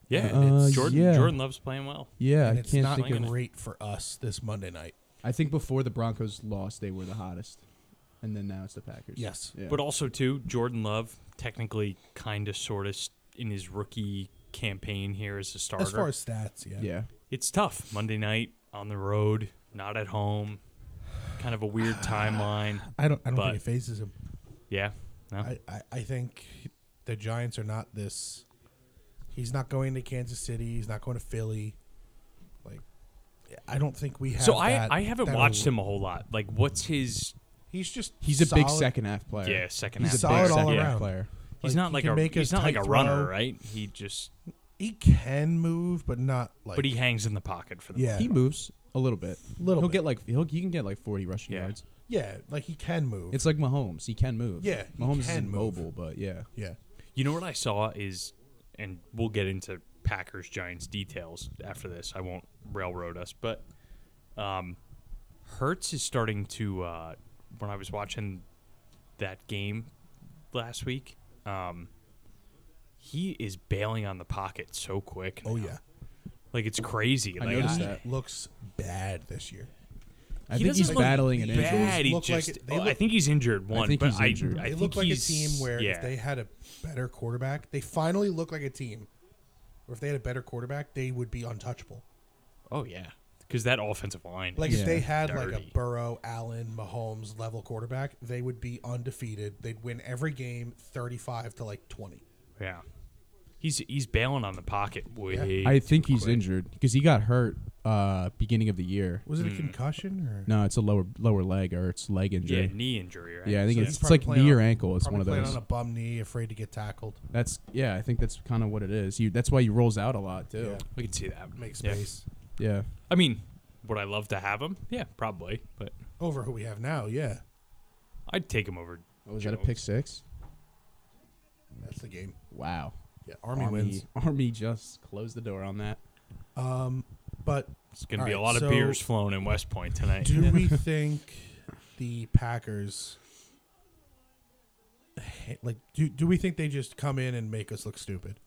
D: Yeah,
C: Uh,
D: it's Jordan.
C: yeah.
D: Jordan loves playing well.
C: Yeah,
B: And
C: I
B: it's
C: can't
B: not
C: think of.
B: great for us this Monday night.
C: I think before the Broncos lost, they were the hottest, and then now it's the Packers.
B: Yes.
C: yeah.
D: But also too, Jordan Love technically kind of sort of in his rookie campaign here as a starter.
B: As far as stats, yeah.
C: yeah,
D: it's tough. Monday night on the road, not at home. Kind of a weird timeline.
B: I don't. I don't
D: But-
B: think it phases him.
D: Yeah. No.
B: I, I, I think the Giants are not this. He's not going to Kansas City. He's not going to Philly. Like, I don't think we have.
D: so I,
B: that-
D: I haven't
B: that
D: watched
B: al-
D: him a whole lot. Like, what's his?
B: He's just
C: he's a big
B: solid.
C: second half player.
D: Yeah, second
B: He's
D: half.
B: a solid
D: big
B: all
D: second- yeah.
B: around.
C: player.
D: He's
B: Like,
D: not
B: he
D: like
B: can
D: a
B: make
D: he's
B: a
D: not like a
B: tight
D: runner,
B: throw.
D: right? He just
B: He can move, but not like.
D: but he hangs in the pocket for the
B: yeah
C: He moves a little bit.
B: Little
C: He'll
B: bit.
C: get like he'll he can get like forty rushing
D: Yeah.
C: yards.
B: yeah like he can move.
C: It's like Mahomes. He can move.
B: Yeah, he
C: Mahomes is
B: can move.
C: immobile, but yeah.
B: yeah.
D: You know what I saw is, and we'll get into Packers Giants details after this. I won't railroad us, but um, Hertz is starting to. Uh, when I was watching that game last week, um, he is bailing on the pocket so quick.
B: Oh
D: now.
B: yeah.
D: like it's crazy.
C: I
D: like,
C: noticed
D: I-
C: that.
B: looks bad this year.
C: I
D: he
C: think he's
D: doesn't look
C: battling an injury.
D: bad, He
B: look like
D: just,
B: it- they
D: oh, I
B: look-
D: think he's injured one,
C: think
D: but
C: he's injured.
D: I, I
B: They
D: think
B: look like a
D: he's-
B: team where
D: yeah.
B: if they had a better quarterback, they finally look like a team. Or if they had a better quarterback, they would be untouchable.
D: oh yeah, because that offensive line,
B: Like
D: is
B: if they
C: Yeah.
B: had like
D: Dirty.
B: a Burrow, Allen, Mahomes level quarterback, they would be undefeated. They'd win every game, thirty-five to like twenty.
D: Yeah. He's he's bailing on the pocket way.
C: I think he's
D: quick.
C: injured because he got hurt uh, beginning of the year.
B: Was it a
D: Hmm.
B: concussion or
C: No, it's a lower lower leg or it's leg
D: Yeah,
C: injury.
D: knee injury, right?
C: Yeah, I think
B: So
C: it's,
B: he's
C: it's like
B: probably playing
C: knee or
B: on-
C: ankle. It's
B: probably
C: one of
B: playing
C: those.
B: on a bum knee, afraid to get tackled,
C: That's yeah. I think that's kind of what it is. You that's why he rolls out a lot too.
B: Yeah.
D: we can see that.
B: make
D: Yeah.
B: space
C: Yeah.
D: I mean, would I love to have him? Yeah, probably. But
B: over who we have now? Yeah,
D: I'd take him over.
C: Was that a
D: Jones.
C: pick six?
B: that's the game.
C: Wow.
B: Yeah, Army, wins.
C: Army just closed the door on that.
B: Um, but
D: It's gonna
B: All
D: be a
B: right,
D: lot
B: so-
D: of beers flown in West Point tonight.
B: do we think the Packers? Like, do do we think they just come in and make us look stupid?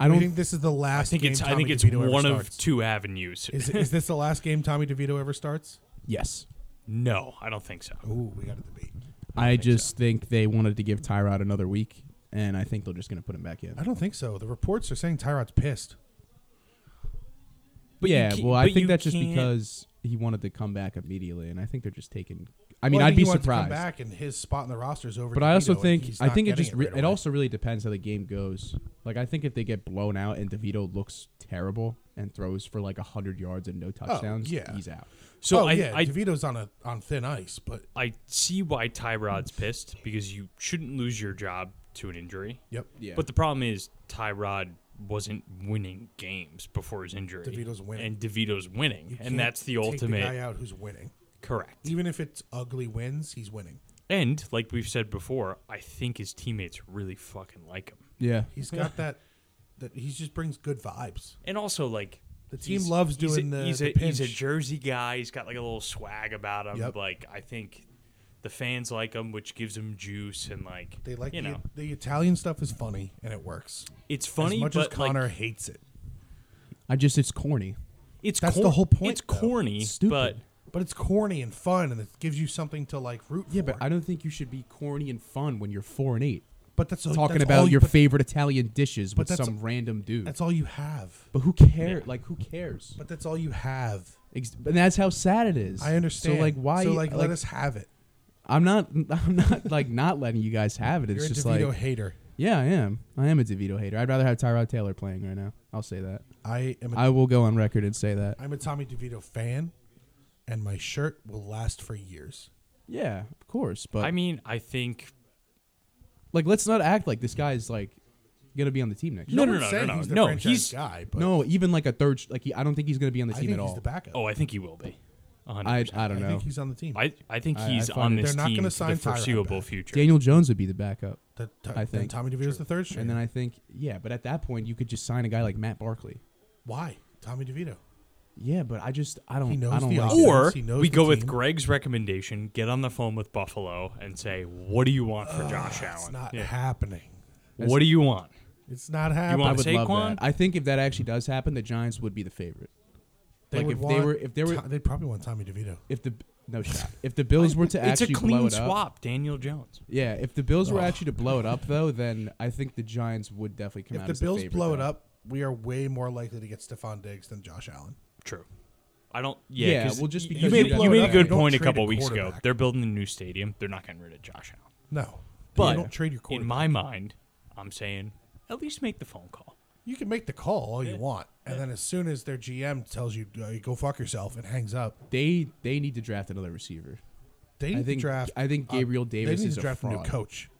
C: I
B: I
C: don't.
B: think this is the
D: I
B: last.
D: think
B: game
D: it's. I
B: Tommy
D: think it's
B: DeVito ever
D: one of
B: starts.
D: two avenues.
B: Is, is this the last game Tommy DeVito ever starts?
C: yes.
D: no, I don't think so.
B: Ooh, we got a debate.
C: I, just think they wanted to give Tyrod another week, and I think they're just going to put him back in.
B: I don't think so. The reports are saying Tyrod's pissed.
D: But you
C: yeah,
D: can't-
C: well, I
D: but
C: think
D: you
C: that's just
D: can't-
C: because he wanted to come back immediately, and I think they're just taking. I mean,
B: Well,
C: I'd
B: think
C: be
B: he wants to come
C: surprised,
B: back and his spot in the roster is over.
C: but I also
B: DeVito, and
C: think
B: he's
C: I
B: not
C: think it
B: getting
C: just
B: right
C: re- it,
B: away.
C: also really depends how the game goes. Like, I think if they get blown out and Devito looks terrible and throws for like hundred yards and no touchdowns,
B: yeah.
C: he's out.
D: So
B: oh,
D: I,
B: yeah,
D: I,
B: DeVito's on a on thin ice, but
D: I see why Tyrod's pissed because you shouldn't lose your job to an injury.
B: yep,
C: Yeah,
D: But the problem is Tyrod wasn't winning games before his injury.
B: DeVito's winning.
D: and DeVito's winning,
B: You can't
D: and that's the
B: take
D: ultimate.
B: guy out who's winning.
D: correct.
B: Even if it's ugly wins, he's winning.
D: And like we've said before, I think his teammates really fucking like him.
C: yeah,
B: He's got that that he just brings good vibes.
D: And also, like
B: The team
D: he's-
B: loves
D: he's a-
B: doing the-
D: He's
B: the
D: a, he's a
B: pinch.
D: Jersey guy. He's got like a little swag about him.
B: Yep.
D: Like I think the fans like him, which gives him juice. And like
B: They like
D: you
B: the,
D: know,
B: the Italian stuff is funny and it works.
D: it's funny,
B: as much
D: but
B: as Connor
D: like,
B: hates it,
C: I just it's corny.
D: it's
B: That's the
D: corn-
B: whole point,
D: It's
B: though.
D: corny,
C: Stupid.
D: but
B: but it's corny and fun and it gives you something to like root
C: Yeah,
B: for.
C: but I don't think you should be corny and fun when you're four and eight.
B: but that's
C: talking
B: that's
C: about
B: all,
C: your
B: but
C: favorite Italian dishes with
B: that's-
C: some random dude.
B: That's all you have.
C: But who cares? Like who cares?
B: But that's all you have.
C: Ex- and that's how sad it is.
B: I understand.
C: So like why?
B: So like, let us have it.
C: I'm not. I'm not like not letting you guys have it. It's
B: You're a
C: just
B: DeVito
C: like
B: hater.
C: yeah, I am. I am a Devito hater. I'd rather have Tyrod Taylor playing right now. I'll say that.
B: I am. A,
C: I will go on record and say that.
B: I'm a Tommy DeVito fan, and my shirt will last for years.
C: Yeah, of course. But
D: I mean, I think
C: like, let's not act like this guy's like gonna be on the team next. year.
D: No,
B: No,
D: no,
B: one's
D: no,
B: saying
D: no, no.
B: he's the
D: No,
B: franchise
D: he's-
B: guy. But
C: No, even like a third. Like he, I don't think he's gonna be on the
B: I
C: team
B: think
C: at
B: he's
C: all.
B: the backup.
D: oh, I think he will be. 100%.
C: I I don't
B: I
C: know.
B: think he's on the team.
D: I, I think
C: I- I
D: he's
C: find
D: on
C: it-
D: this
B: They're not
D: team
B: gonna
D: for
B: sign
D: the
B: Tyrod back.
D: foreseeable future.
C: Daniel Jones would be the backup.
B: The- t-
C: I
B: then
C: think.
B: Tommy DeVito's the third string.
C: And then I think, yeah, but at that point, you could just sign a guy like Matt Barkley.
B: why Tommy DeVito?
C: Yeah, but I just I don't
B: He knows
C: I don't
B: the
C: like
B: offense.
C: it.
D: Or
B: He knows
D: we
B: the
D: go with
B: team.
D: Greg's recommendation, get on the phone with Buffalo and say, What do you want for
B: It's
D: Josh Allen?
B: not
D: Yeah.
B: happening.
D: What do you want?
B: It's not
D: You
B: happening.
C: I
D: want
C: would love
D: Saquon?
C: that. I think if that actually does happen, the Giants would be the favorite.
B: They
C: like
B: would
C: if
B: want
C: they were if they were
B: Tom- they'd probably want Tommy DeVito.
C: if the no shot if the Bills were to
D: It's a
C: actually blow
D: clean
C: it up.
D: swap, Daniel Jones.
C: Yeah, if the Bills were
B: Ugh.
C: actually to blow it up though, then I think the Giants would definitely come
B: If
C: out.
B: the
C: as
B: Bills
C: favorite,
B: blow it
C: though.
B: up, we are way more likely to get Stephon Diggs than Josh Allen.
D: True. I don't. Yeah.
C: Yeah,
D: 'cause
C: well, just
D: you
C: because
D: made,
C: you guys
D: you made
C: don't
D: a good
B: trade
D: point a
B: a
D: couple weeks ago.
B: quarterback.
D: They're building a new stadium. They're not getting rid of Josh Allen.
B: No,
D: But-
B: you don't trade your quarterback.
D: In my mind, I'm saying at least make the phone call.
B: you can make the call all you want, and then as soon as their GM tells you uh, go fuck yourself and hangs up,
C: They they need to draft another receiver.
B: they need
C: I
B: to
C: think
B: draft.
C: I think
B: uh,
C: Gabriel Davis
B: They need
C: is
B: to draft
C: a
B: a
C: fraud.
B: new coach.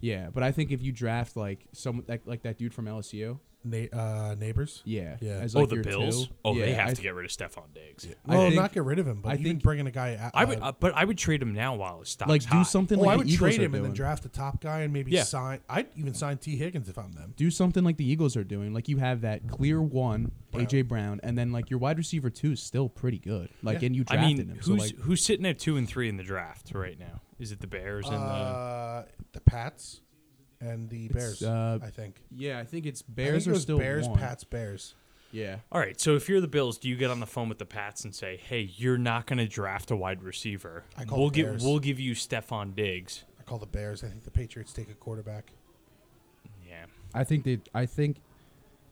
C: Yeah, but I think if you draft like some like, like that dude from LSU,
B: Na- uh, neighbors.
C: yeah,
B: Yeah.
C: as,
D: oh,
C: like,
D: the
C: your
D: Bills.
C: two,
D: Oh, they
C: yeah,
D: have
C: I-
D: to get rid of Stephon Diggs.
C: I
B: Well,
C: think-
B: not get rid of him, but
C: I
B: even
C: think-
B: bringing a guy. out-
D: I would,
B: uh,
D: uh, but I would trade him now while his stock's
C: like do
D: high.
C: something
B: well,
C: like
B: Oh, I
C: the
B: would
C: Eagles
B: trade
C: are
B: him and then
C: doing.
B: draft a top guy and maybe
D: Yeah.
B: sign. I'd even sign T Higgins if I'm them.
C: do something like the Eagles are doing. Like you have that clear one, AJ Brown, and then like your wide receiver two is still pretty good. Like
B: Yeah.
C: and you
D: I
C: drafted
D: mean,
C: him.
D: who's
C: So like
D: who's sitting at two and three in the draft right now? Is it the Bears and the?
B: Uh, the Pats and the Bears.
C: uh,
B: I think
C: yeah, I think it's
B: I
C: Bears
B: think it
C: are
B: was
C: still
B: Bears,
C: one.
B: Pats, Bears.
C: Yeah,
D: All right, so if you're the Bills, do you get on the phone with the Pats and say, "Hey, you're not going to draft a wide receiver.
B: I call
D: We'll
B: the
D: give
B: Bears.
D: we'll give you Stephon Diggs."
B: I call the Bears. I think the Patriots take a quarterback.
D: Yeah,
C: I think they. I think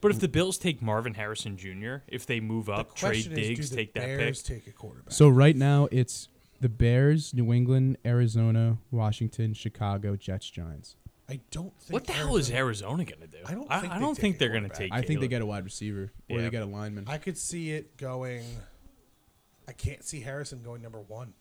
D: but if the Bills take Marvin Harrison Jr., if they move up,
B: the question
D: trade
B: is,
D: Diggs,
B: do the
D: take that
B: Bears
D: pick.
B: take a quarterback.
C: so. Right now it's the Bears, New England, Arizona, Washington, Chicago, Jets, Giants.
B: I don't think.
D: What the hell is Arizona going to do?
B: I don't
D: I,
B: think
D: I
B: they
D: don't
B: take
D: think
B: a
D: they're going to
B: quarterback.
D: take.
C: I think they
D: Caleb.
C: get a wide receiver or
D: Yeah.
C: they get a lineman.
B: I could see it going. I can't see Harrison going number one.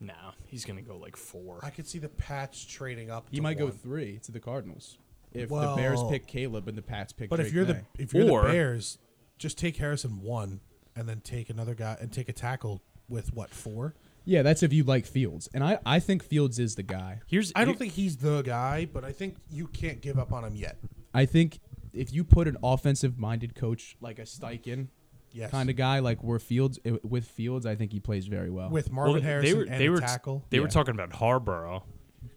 D: No, he's going to go like four.
B: I could see the patch trading up.
C: he
B: to
C: might go
B: one.
C: three to the Cardinals if the Bears
B: Well-
C: pick Caleb and the Pats pick.
B: But if
C: Drake
B: you're
C: May.
B: the if you're
D: Or-
B: the Bears, just take Harrison one, and then take another guy and take a tackle with what four?
C: yeah, that's if you like Fields, and I I think Fields is the guy.
D: Here's
B: I
D: here-
B: don't think he's the guy, but I think you can't give up on him yet.
C: I think if you put an offensive minded coach like a Steichen
B: Yes,
C: kind of guy like where Fields i- with Fields, I think he plays very well.
B: with
D: well,
B: Marvin
D: they-
B: Harrison
D: they were
B: and
D: they
B: a
D: were
B: tackle.
D: they were
C: Yeah.
D: talking about Harborough.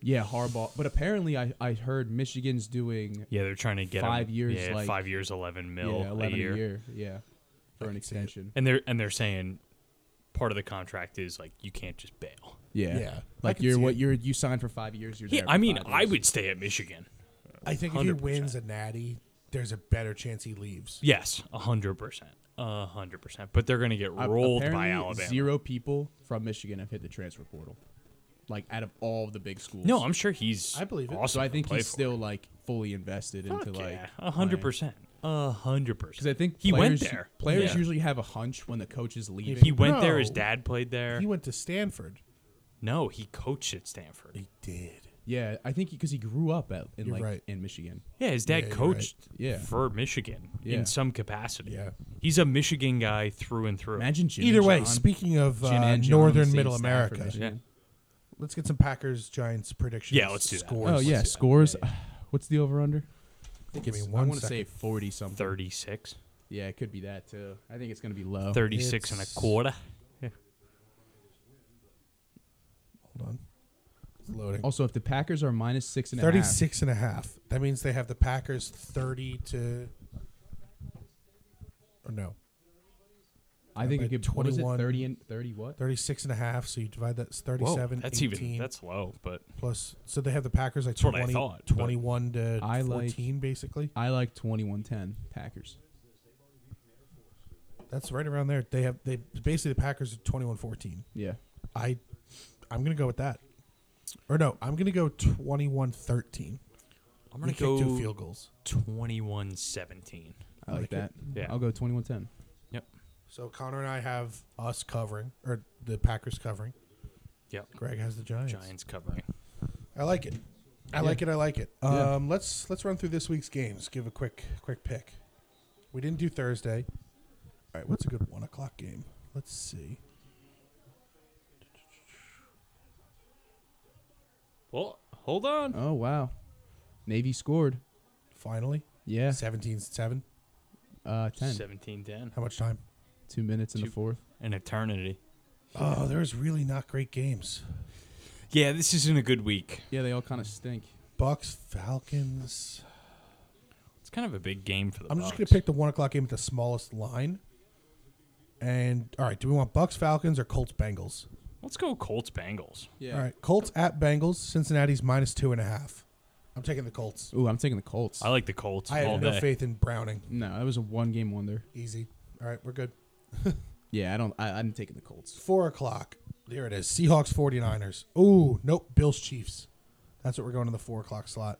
C: yeah Harbaugh, but apparently I I heard Michigan's doing
D: Yeah, they're trying to get
C: Five
D: him-
C: years,
D: Yeah,
C: like-
D: five years, eleven mil
C: yeah, eleven
D: a year.
C: yeah for an extension.
D: And they're and they're saying part of the contract is like you can't just bail.
C: Yeah,
B: Yeah, I
C: like
B: can
C: you're
B: see
C: what
B: it.
C: you're you signed for five years. You're
D: Yeah,
C: there for
D: I mean,
C: five
D: I
C: years.
D: would stay at Michigan.
B: I think if he
D: 100%.
B: wins a natty, there's a better chance he leaves.
D: Yes, hundred percent, hundred percent. But they're gonna get
C: A-
D: rolled by
C: apparently
D: Alabama.
C: Zero people from Michigan have hit the transfer portal, like out of all the big schools.
D: No, I'm sure he's.
B: I believe it.
D: Awesome
C: so I
D: to
C: think
D: play
C: he's
D: for.
C: still like fully invested
D: Fuck
C: into like
D: yeah, hundred percent, hundred percent.
C: Because I think
D: he went
C: players-
D: there.
C: Players
D: Yeah.
C: usually have a hunch when the coach is leaving.
D: He went there. His
B: No.
D: dad played there.
B: He went to Stanford.
D: no, he coached at Stanford.
B: He did.
C: yeah, I think because he, grew up at in
B: You're
C: like
B: right.
C: in Michigan.
D: Yeah, his
B: Yeah, you're
D: dad
B: right.
D: coached
C: Yeah.
D: for Michigan
C: Yeah.
D: in some capacity.
B: Yeah.
D: He's a Michigan guy through and through.
C: Imagine Jim
B: Either
C: and
B: way,
C: John-
B: speaking of
C: Jim
B: uh,
C: and John on the
B: Northern
C: same
B: Middle
C: staff for
B: America,
C: Michigan.
B: let's get some Packers Giants predictions.
D: Yeah, let's do that.
B: scores.
C: Oh yeah,
D: Let's do that.
C: scores. What's the over under?
B: Give me
C: I
B: one
C: want to say
B: second.
C: forty something.
D: 36,
C: Yeah, it could be that too. I think it's gonna be low.
D: 36 and
B: Oh,
D: a
B: It's-
D: quarter.
B: Hold on. It's loading.
C: Also, if the Packers are minus six and a half,
B: 36 and a half. That means they have the Packers 30 to. Or no,
C: I think
B: by
C: it could. What is it?
B: 21.
C: Thirty and thirty what?
B: 36 and a half. So you divide that, it's
D: Whoa,
B: 37.
D: that's
B: 18
D: even that's low, but
B: plus. So they have the Packers like
D: That's what I
B: 20,
D: thought, but-
B: 21 to
C: I like-
B: 14, basically.
C: I like twenty-one ten Packers.
B: That's right around there. They have they basically the Packers are 21 14.
C: Yeah.
B: I I'm going to go with that. Or no, I'm going to go 21 13. We
D: I'm gonna
B: kick two
D: go
B: field goals.
D: 21 17.
C: I like
B: like it.
C: that.
D: Yeah.
C: I'll go 21-10.
B: So Connor and I have us covering or the Packers covering.
D: Yep.
B: Greg has the Giants.
D: Giants covering.
B: I like it. I
C: Yeah.
B: like it. I like it.
C: Yeah.
B: Um, let's let's run through this week's games. Give a quick quick pick. We didn't do Thursday. All right, what's a good one o'clock game? Let's see.
D: Well, hold on.
C: Oh wow, Navy scored.
B: Finally,
C: Yeah,
B: 17-7.
C: uh, ten.
D: 17 10.
B: How much time?
C: Two minutes in the
D: Two.
C: fourth.
D: An eternity.
B: Oh, there's really not great games.
D: Yeah, this isn't a good week.
C: Yeah, they all kind of stink.
B: Bucks Falcons.
D: It's kind of a big game for the
B: I'm just gonna
D: Bucks.
B: pick the one o'clock game at the smallest line. And all right, do we want Bucks Falcons or Colts Bengals?
D: Let's go Colts Bengals.
C: Yeah.
B: All right, Colts at Bengals. Cincinnati's minus two and a half. I'm taking the Colts.
C: Ooh, I'm taking the Colts.
D: I like the Colts
B: I
D: all
B: have no
D: day.
B: faith in Browning.
C: no, that was a one-game wonder.
B: Easy. All right, we're good.
C: Yeah, I don't. I, I'm taking the Colts.
B: Four o'clock. There it is. Seahawks 49ers. Ooh, nope. Bills Chiefs. That's what we're going to the four o'clock slot.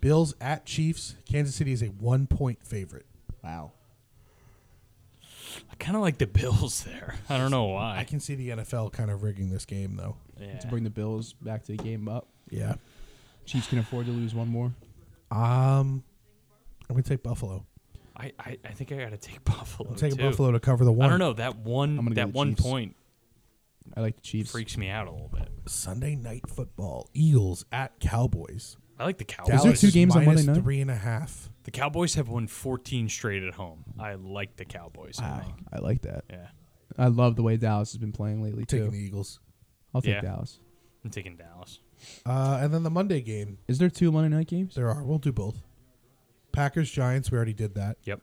B: Bills at Chiefs. Kansas City is a one point favorite.
C: Wow.
D: I kind of like the Bills there. I don't know why.
B: I can see the NFL kind of rigging this game though.
D: yeah.
C: To bring the Bills back to the game up,
B: Yeah.
C: Chiefs can afford to lose one more.
B: Um, I'm gonna take Buffalo.
D: I, I, I think I got to take Buffalo.
B: I'm taking
D: too.
B: Buffalo to cover the one.
D: I don't know that one.
C: I'm gonna go
D: that
C: the
D: one
C: Chiefs.
D: point
C: I like the Chiefs.
D: freaks me out a little bit.
B: Sunday night football. Eagles at Cowboys.
D: I like the
C: there
D: Cowboys.
C: two games on
B: minus
C: Monday night?
B: Three and a half.
D: The Cowboys have won 14 straight at home. I like the Cowboys. I
C: Wow,
D: think.
C: Ah, I like that.
D: Yeah,
C: I love the way Dallas has been playing lately
B: Taking
C: too.
B: the Eagles.
C: I'll take
D: Yeah.
C: Dallas.
D: I'm taking Dallas.
B: Uh, and then the Monday game.
C: Is there two Monday night games?
B: There are. We'll do both. Packers Giants. We already did that.
D: Yep.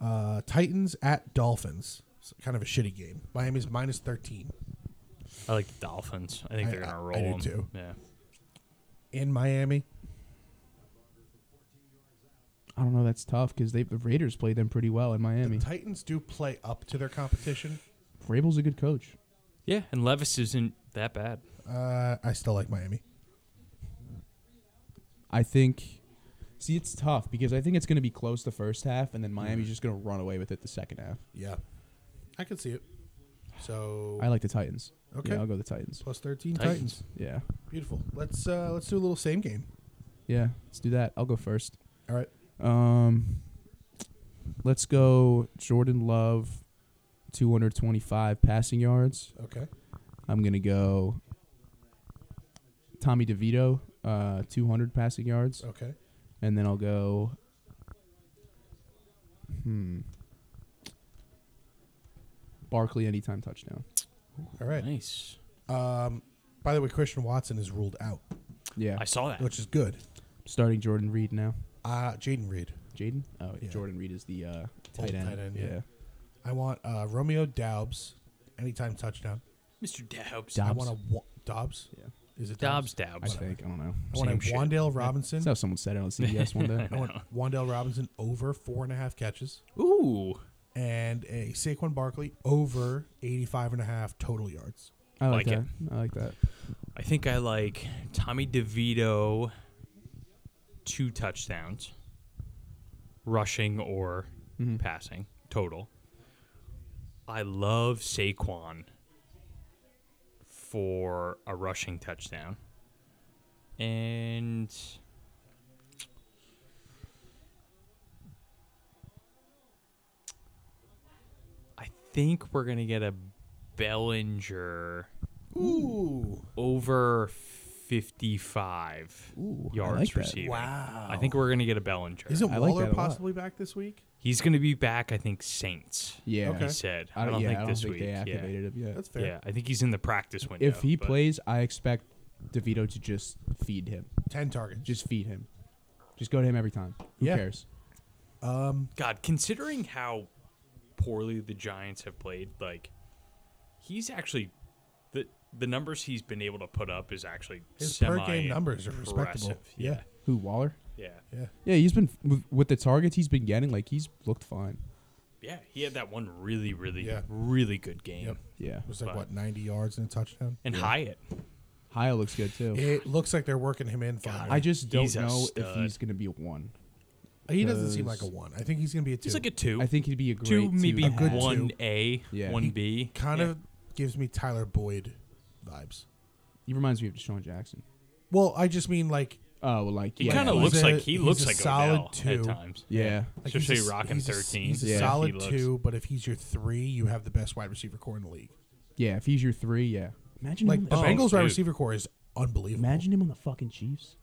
B: Uh, Titans at Dolphins. It's kind of a shitty game. Miami's minus thirteen
D: I like the Dolphins. I think
B: I-
D: they're
B: I-
D: gonna
B: I
D: roll
B: do
D: them.
B: too.
D: Yeah.
B: in Miami.
C: I don't know. That's tough because the Raiders played them pretty well in Miami.
B: The Titans do play up to their competition.
C: Vrabel's a good coach.
D: Yeah, and Levis isn't that bad.
B: Uh, I still like Miami.
C: I think. See, it's tough because I think it's going to be close the first half, and then
B: Mm-hmm.
C: Miami's just going to run away with it the second half.
B: Yeah, I can see it. So
C: I like the Titans.
B: Okay.
C: Yeah, I'll go the Titans.
B: plus thirteen Titans.
D: Titans.
C: Yeah.
B: Beautiful. Let's uh let's do a little same game.
C: Yeah. Let's do that. I'll go first.
B: All right.
C: Um, let's go Jordan Love, 225 passing yards.
B: Okay.
C: I'm going to go Tommy DeVito, uh, 200 passing yards.
B: Okay.
C: And then I'll go. Hmm. Barkley anytime touchdown.
B: All right.
D: Nice.
B: Um by the way, Christian Watson is ruled out,
C: Yeah.
D: I saw that.
B: which is good.
C: Starting Jordan Reed now.
B: Uh Jaden Reed.
C: Jaden? Oh,
B: Yeah.
C: Jordan Reed is the uh,
B: Old
C: tight end.
B: tight end, yeah.
C: yeah.
B: I want uh Romeo Dobbs anytime touchdown.
D: Mr. Dobbs.
C: Dobbs.
B: I want a wa- Dobbs.
C: Yeah.
B: Is it
D: Dobbs.
B: Dobbs?
C: I
D: Dobbs.
C: think. I don't know.
B: I want a
D: Same shit.
B: Wandale Robinson.
C: That's how someone said it on CBS one day.
B: I want Wandale Robinson over four and a half catches
D: Ooh.
B: and a Saquon Barkley over 85 and a half total yards.
C: I like,
D: Like
C: that.
D: it.
C: I like that.
D: I think I like Tommy DeVito, two touchdowns, rushing or passing total. I love Saquon for a rushing touchdown, and I think we're gonna get a Bellinger
B: Ooh.
D: over 55
C: Ooh, I
D: yards
C: like that.
D: receiving.
B: Wow.
D: I think we're going to get a Bellinger.
B: Isn't
C: I like
B: Waller
C: that a lot.
B: possibly back this week?
D: He's going to be back, I think, Saints.
C: Yeah.
B: Okay.
D: He said.
C: I don't, yeah,
D: think
C: I don't
D: this
C: think
D: week.
C: they
D: yeah.
C: activated him yet.
B: That's fair.
D: Yeah, I think he's in the practice window.
C: if he
D: but
C: plays, I expect DeVito to just feed him.
B: 10 targets.
C: Just feed him. Just go to him every time. Who
B: Yeah.
C: cares?
D: God, considering how poorly the Giants have played, like, he's actually. The, the numbers he's been able to put up is actually
B: His per
D: semi
B: game numbers are respectable.
D: impressive.
B: Yeah.
C: Who Waller?
D: yeah, yeah,
B: Yeah.
C: Yeah, he's been with, with the targets he's been getting. Like he's looked fine.
D: yeah. He had that one really, really,
B: Yeah.
D: really good game.
B: Yep.
C: Yeah,
B: It was like,
D: But-
B: what, 90 yards and a touchdown?
D: And Hyatt,
C: Hyatt looks good too.
B: It looks like they're working him in finally.
C: I just don't
D: He's a
C: know if
D: stud.
C: he's gonna be a one.
B: he doesn't seem
C: because-
B: like a one. I think he's going to be a two.
D: he's like a two.
C: I think he'd be a great
D: two,
C: two,
D: maybe
C: and a half.
D: one A,
C: Yeah.
D: one B.
B: kind
D: Yeah.
B: of gives me Tyler Boyd vibes.
C: He reminds me of Deshaun Jackson.
B: Well, I just mean like,
C: Oh, well, like
D: He
C: yeah,
D: kind of
C: he's-
D: looks
B: a-
D: like he
B: he's
D: looks
B: a
D: like
B: solid
D: Odell
B: two.
D: at times.
C: Yeah,
B: like
D: Especially
B: he's a-
D: rocking
B: he's a-
D: 13.
B: he's a
C: Yeah.
D: He
B: solid
D: looks-
B: two, but if he's your three, you have the best wide receiver core in the league.
C: yeah. If he's your three, yeah. Imagine him
B: Like
C: on
B: the
C: the,
D: Oh,
B: Bengals wide
D: dude.
B: receiver core is unbelievable.
C: imagine him on the fucking Chiefs.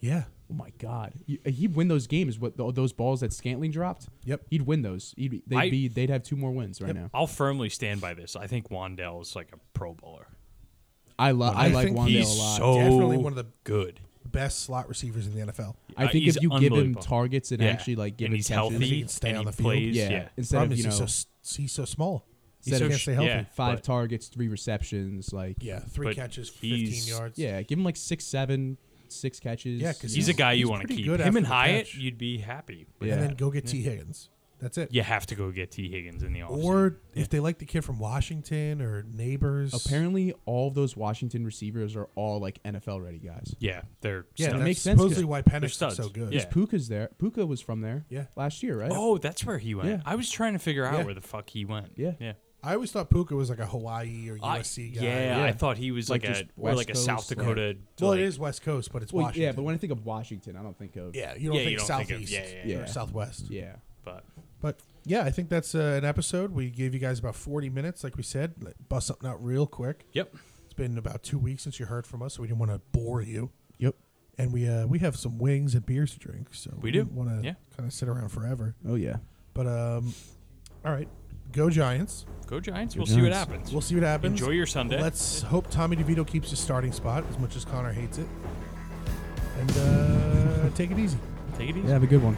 B: Yeah.
C: Oh my God, You- he'd win those games. What th- those balls that Scantling dropped?
B: Yep.
C: he'd win those. He'd, be- they'd
D: I-
C: be they'd have two more wins right now.
D: I'll firmly stand by this. I think Wandell is like a Pro Bowler.
C: I love I,
B: I
C: like
B: think
C: Wandale a
D: He's
C: lot.
D: so
B: Definitely one of the-
D: good.
B: Best slot receivers in the NFL.
C: I
D: Uh,
C: think
D: he's
C: if you give him
D: unbelievable.
C: targets and
D: Yeah.
C: actually like give
D: and
C: him
D: he's
C: catches-
D: healthy.
B: can stay
D: and
B: on
D: he
B: the field.
D: plays.
C: yeah.
D: yeah.
C: Instead
B: Problem
C: of
B: is
C: you know
B: he's so s- he's so small.
C: Instead
B: he
C: of
B: can't
C: sh-
B: stay healthy.
D: yeah.
C: five
D: but-
C: targets, three receptions, like
B: Yeah, three
D: But
B: catches, fifteen
D: he's-
B: yards.
C: yeah, give him like six, seven, six catches.
B: Yeah, 'cause
D: He's a
B: He's-
D: guy you
B: he's
D: want to
B: pretty
D: keep.
B: good
D: Him
B: after
D: and
B: the
D: Hyatt,
B: catch.
D: you'd be happy. But
C: Yeah.
B: and then go get T Higgins. That's it.
D: You have to go get T Higgins in the offseason.
B: Or if they like the kid from Washington or neighbors,
C: apparently all of those Washington receivers are all like NFL ready guys.
D: yeah, they're
B: yeah,
D: studs.
B: that's
C: makes sense
B: supposedly
C: 'cause
B: why
D: they're
B: Penix is
D: studs.
B: so good.
D: Yeah.
C: Puka's there. Puka was from there.
B: Yeah.
C: last year, right?
D: Oh, that's where he went.
C: Yeah.
D: I was trying to figure out
B: Yeah.
D: where the fuck he went.
C: Yeah.
D: yeah.
B: I always thought Puka was like a Hawaii or
D: I,
B: USC guy.
D: yeah,
C: Yeah.
D: I thought he was
C: Like
D: like,
C: just
D: a or like
C: West
D: a South
C: Coast,
D: Dakota.
B: Well,
D: like-
B: it is West Coast, but it's
C: Well,
B: Washington.
C: yeah, but when I think of Washington, I don't think of
B: yeah, you don't
D: Yeah,
B: think
D: you don't think
B: southeast
D: of- yeah, yeah,
C: yeah.
B: or southwest.
C: yeah.
D: But
B: But yeah, I think that's uh, an episode. We gave you guys about forty minutes, like we said. Let- Bust something out real quick.
D: yep,
B: It's been about two weeks since you heard from us, so we didn't want to bore you.
C: Yep.
B: And we uh, we have some wings and beers to drink, so
D: We do.
B: want to
D: Yeah.
B: kind of sit around forever.
C: Oh yeah.
B: But um, all right, go Giants.
D: go Giants. we'll see what
C: Giants.
D: happens.
B: We'll see what happens.
D: Enjoy your Sunday.
B: Let's hope Tommy DeVito keeps his starting spot as much as Connor hates it. And uh, take it easy.
D: take it easy.
C: Yeah, have a good one.